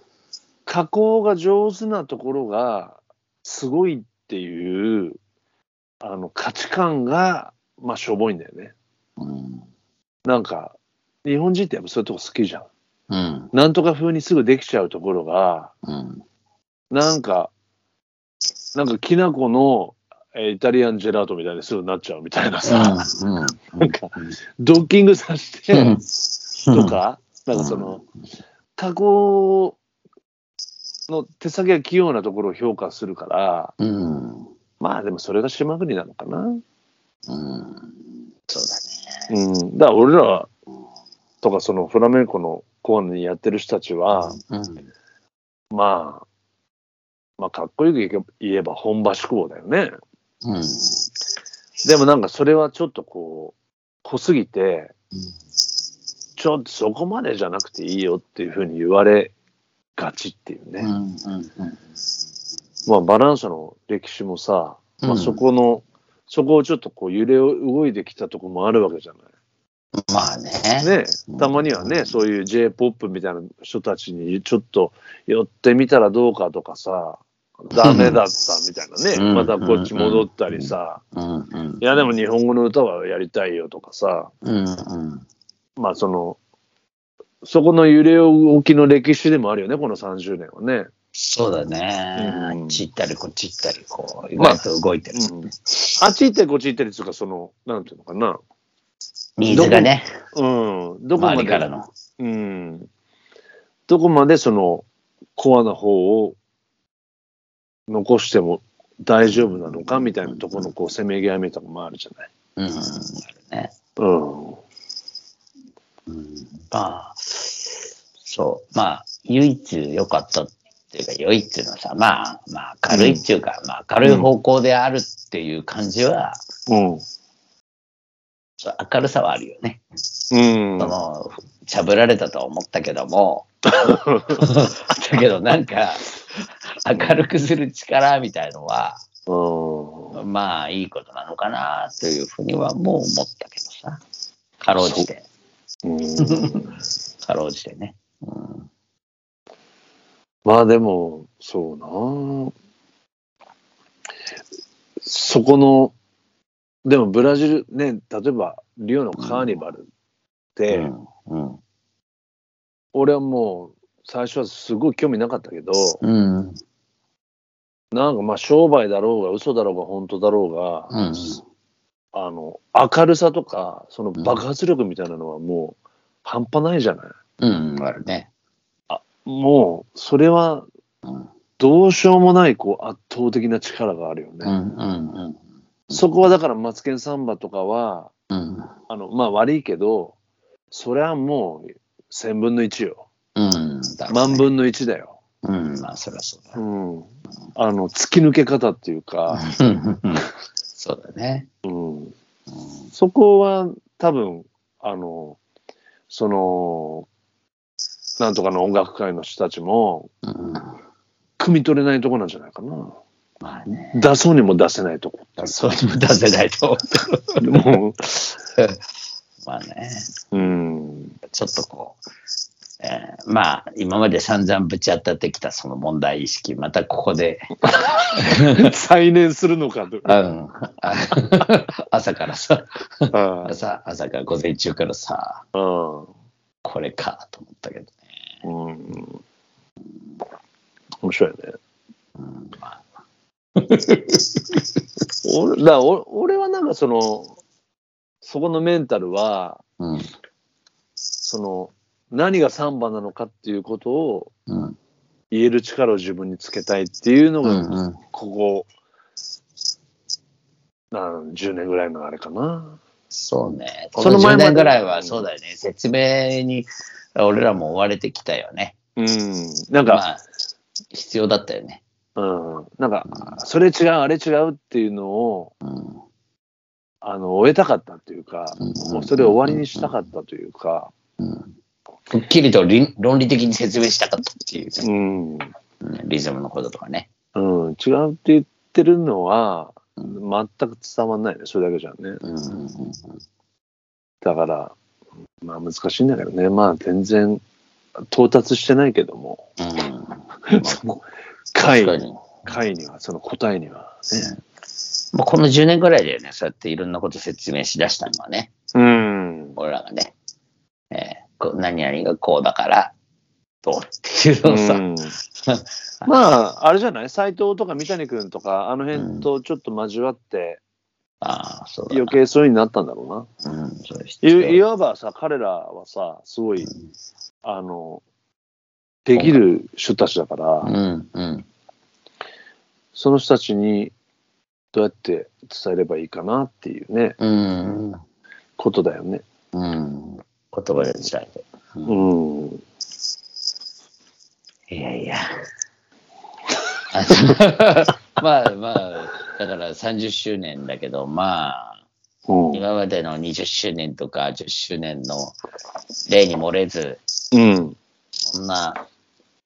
C: 加工が上手なところがすごいっていう、あの、価値観が、まあ、しょぼいんだよね。
D: うん。
C: なんか、日本人ってやっぱそういうとこ好きじゃん。
D: うん。
C: なんとか風にすぐできちゃうところが、
D: うん。
C: なんか、なんか、きな粉の、えーイタリアンジェラートみたいにすぐなっちゃうみたいなさ、
D: うん。
C: なんか、ドッキングさせて、
D: うん。
C: とか、なんかその、加工の手先が器用なところを評価するから、
D: うん。
C: まあでもそれが島国なのかな。うん。
D: うん。そうだね。
C: だから俺らとか、そのフラメンコのコーナーにやってる人たちは、
D: うん。
C: まあ、まあ、かっこよく言えば本場志向だよね。
D: うん。
C: でもなんかそれはちょっとこう、濃すぎて、
D: うん
C: ちょっとそこまでじゃなくていいよっていうふうに言われがちっていうね。
D: うん。うん。
C: まあ、バランスの歴史もさ、ま
D: う
C: あ、
D: ん
C: そこの、そこをちょっとこう揺れを動いてきたとこもあるわけじゃな
D: まあね。
C: い。ねたまにはね、そういう J-POP みたいな人たちにちょっと寄ってみたらどうかとかさ、ダメだったみたいな
D: う
C: ね、
D: ん
C: またこっち戻ったりさ、
D: うんうん
C: いやでも日本語の歌はやりたいよとかさ、
D: うんうん
C: まあその、そこの揺れ動きの歴史でもあるよね、この30年はね。
D: そうだね。
C: うん
D: あっち行ったり、こっち行ったり、こう、意
C: まあ
D: 外と動いてる。
C: うん、あっち行ったりこっち行ったりっていうか、その、なんていうのかな。
D: ニーズがね、
C: うん、どこま
D: 周
C: で
D: りからの。
C: うん、どこまでそのコアな方を残しても大丈夫なのかみたいなところのこうせめぎ合いみたいなのもあるじゃない。
D: うん。ね。
C: うん、
D: まあ、そう。まあ、唯一良かったっていうか、良いっていうのはさ、まあ、まあ、軽いっていうか、まあ、軽い方向であるっていう感じは、
C: うん、
D: そう明るさはあるよね。
C: うん
D: そ、の、しゃぶられたとは思ったけども、だけどなんか、明るくする力みたいのは、
C: うん、
D: まあいいことなのかなというふうにはもう思ったけどさ、かろうじて、かろうじてね。うん、
C: まあでもそうな。そこのでもブラジルね例えばリオのカーニバルって、
D: うん、
C: 俺はもう最初はすごい興味なかったけど、
D: うん、
C: なんかまあ商売だろうが嘘だろうが本当だろうが、
D: うん
C: あの明るさとかその爆発力みたいなのはもう半端ないじゃない、
D: うん、あるね。
C: もうそれは
D: うん、
C: どうしようもないこう圧倒的な力があるよね、
D: うん、うん、
C: そこはだから「マツケンサンバ」とかは
D: うん、
C: あのまあ悪いけどそれはもう1000分の1よ
D: うん、
C: 万分の1だよ、
D: うん、まあそりゃそうだ。
C: うん、あの突き抜け方っていうか、
D: そうだね。
C: うんそこは多分あのその、なんとかの音楽界の人たちも、
D: うん
C: 汲み取れないとこなんじゃないかな。
D: まあね、
C: 出そうにも出せないとこ。
D: そうにも出せないと思
C: でも
D: う。まあね、
C: う、うん、
D: ちょっとこう、えーまあ、今まで散々ぶち当たってきたその問題意識、またここ で、
C: 再燃するのかと。
D: うん、あ朝からさ、
C: あ
D: 朝、朝から午前中からさ、
C: あ
D: これかと思ったけどね。
C: うん。面白いね。
D: うんまあ
C: 俺だ俺俺はなんかその、そこのメンタルは、
D: うん
C: その、何がサンバなのかっていうことを
D: うん
C: 言える力を自分につけたいっていうの
D: う
C: が、
D: んうん
C: ここ、なん10年ぐらいのあれかな。
D: そうね。こ
C: そ
D: の
C: の前ま
D: 10
C: で
D: 年ぐらいはそうだよね。説明に俺らも追われてきたよね。
C: うん。なんか、
D: まあ、必要だったよね。
C: うん。なんか、それ違う、あれ違うっていうのを、
D: うん
C: あの、終えたかったっていうか、
D: うん
C: もうそれを終わりにしたかったというか、
D: うんくっきりとり論理的に説明したかったっていう
C: う
D: ね、
C: ん。
D: うんリズムのこととかね。
C: うん、違うって言ってるのは、
D: う
C: 全く伝わんないね、それだけじゃね。
D: うんうん
C: だから、まあ難しいんだけどね、まあ全然到達してないけども、
D: うん
C: その
D: 確
C: 回
D: かに。ま
C: 回には、その答えにはね。
D: あ、この10年ぐらいだよね、そうやっていろんなこと説明しだしたのはね、
C: うん。
D: 俺らがね、えーこう何々がこうだから、どうっていうのをさ、
C: うん まあ、あれじゃない斎藤とか三谷君とか、あの辺とちょっと交わって、
D: ああ、そうだな
C: 余計そういう風になったんだろうな。
D: うん、そうで
C: いいわばさ、彼らはさ、すごい、あの、できる人たちだから、
D: うん、うん、
C: その人たちにどうやって伝えればいいかなっていうね、
D: うん、
C: ことだよね。
D: うん、言葉で伝えて。
C: うん。
D: いやいや。あの まあまあ、だから30周年だけど、まあ、
C: うん。
D: 今までの20周年とか10周年の例に漏れず、
C: うん。
D: そんな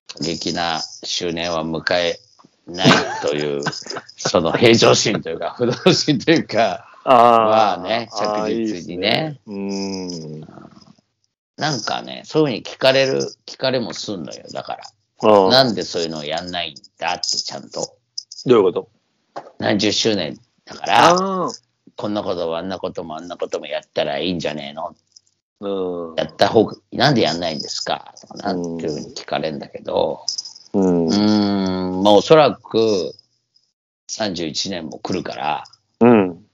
D: 過激な周年は迎えないという、その平常心という か、不動心というか、
C: あー
D: まあね
C: あー
D: 着実にね
C: いいっすねうん。
D: なんかね、そういうふうに聞かれる、聞かれもすんのよ。だから、
C: ああ
D: なんでそういうのをやんないんだってちゃんと。
C: どういうこと
D: 何十周年だから、
C: ああ。
D: こんなこともあんなこともあんなこともやったらいいんじゃねえの
C: うん
D: やった方が、なんでやんないんですかとかな
C: うん
D: っていうふうに聞かれるんだけど、
C: うん
D: うーん、まあおそらく31年も来るから、
C: うん。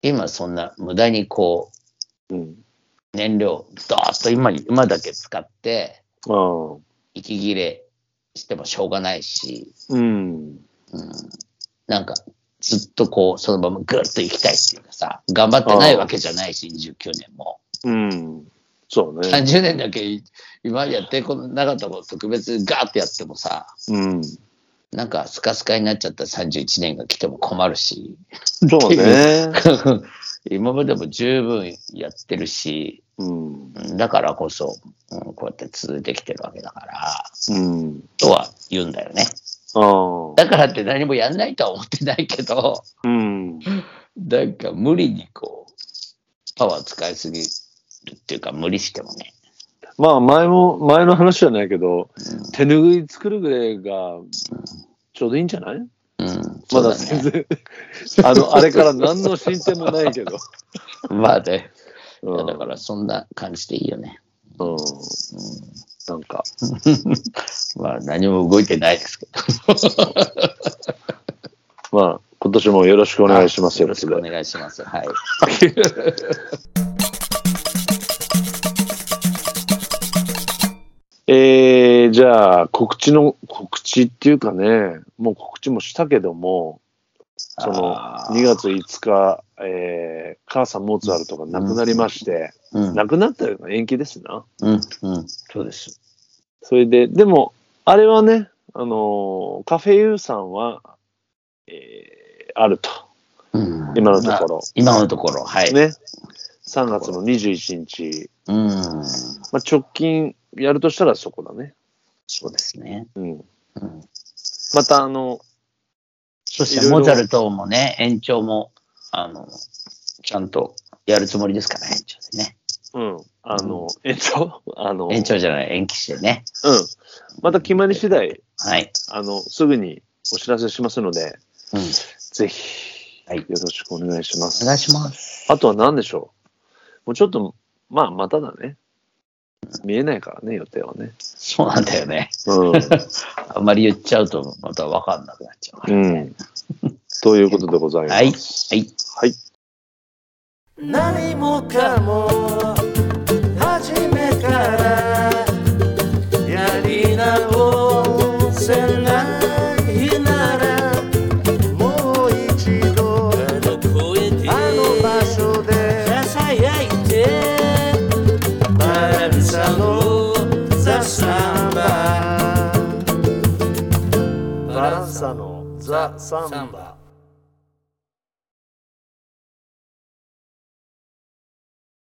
D: 今そんな無駄にこう、
C: うん。
D: 燃料、ドーッと今に、今だけ使って、
C: ああ。
D: 息切れしてもしょうがないし、
C: うん。
D: うん、なんか、ずっとこう、そのままぐっと行きたいっていうかさ、頑張ってないわけじゃないし、29年も。
C: うん。そうね。
D: 30年だけい今までやってこなかったこと特別にガーってやってもさ
C: うん。
D: なんかスカスカになっちゃった31年が来ても困るし
C: そうね。
D: 今までも十分やってるし
C: うん。
D: うんだからこそ、うんこうやって続いてきてるわけだから
C: うん。
D: とは言うんだよね
C: ああ。
D: だからって何もやんないとは思ってないけど
C: うん。
D: なんか無理にこうパワー使いすぎるっていうか無理してもね
C: まあ前も、前の話じゃないけど、手拭い作るぐらいがちょうどいいんじゃない
D: うん、
C: ま
D: そう
C: だ
D: ね
C: 全然、あの、 あれから何の進展もないけど。
D: まあね
C: う
D: いや
C: ん、
D: だから そんな感じでいいよね。
C: うん、なんか、
D: まあ何も動いてないですけど。
C: まあ、今年もよろしくお
D: お
C: 願いします
D: よ
C: よ、
D: ろしくお願いします。はい。
C: えー、じゃあ、告知の、告知っていうかね、もう告知もしたけども、その、
D: あー
C: 2月5日、えー、母さんモーツァルトが亡くなりまして、
D: うん、
C: 亡くなったような延期ですな。
D: うん、うん、そうです。
C: それで、でも、あれはね、あのーカフェユーさんは、えーあると、
D: うん
C: 今のとこ
D: まあ
C: ろ。
D: 今のところ、はい。
C: ね。 3月の21日、
D: うん。
C: まあ、直近やるとしたらそこだね。
D: そうですね。
C: うん、
D: うん、
C: また、あの、
D: そし
C: い
D: て、
C: ろいろ
D: モーツァルトもね、延長も、あの、ちゃんとやるつもりですから、延長でね。
C: うん、あの、延長あの、
D: 延長じゃない、延期してね。
C: うん。また決まり次第、
D: はい。
C: あの、すぐにお知らせしますので、
D: うん。
C: ぜひ、
D: はい
C: よろしくお願いします。
D: お願いします。
C: あとは何でしょうもうちょっと、まあ、まただね。見えないからね、予定はね。
D: そうなんだよね。
C: うん。
D: あんまり言っちゃうと、またわかんなくなっちゃうから。
C: うん。 ということでございます。
D: はい。は
C: は
D: い。
C: い。
A: 何もかも初めからやり直せないならもう一度
B: あの声で
A: あの場所で
B: ささやいて
A: バ
B: バラ
A: ラ
B: ン
A: ン
B: サ
A: サの
B: のザ・サンバ
A: バランサのザ・サンバ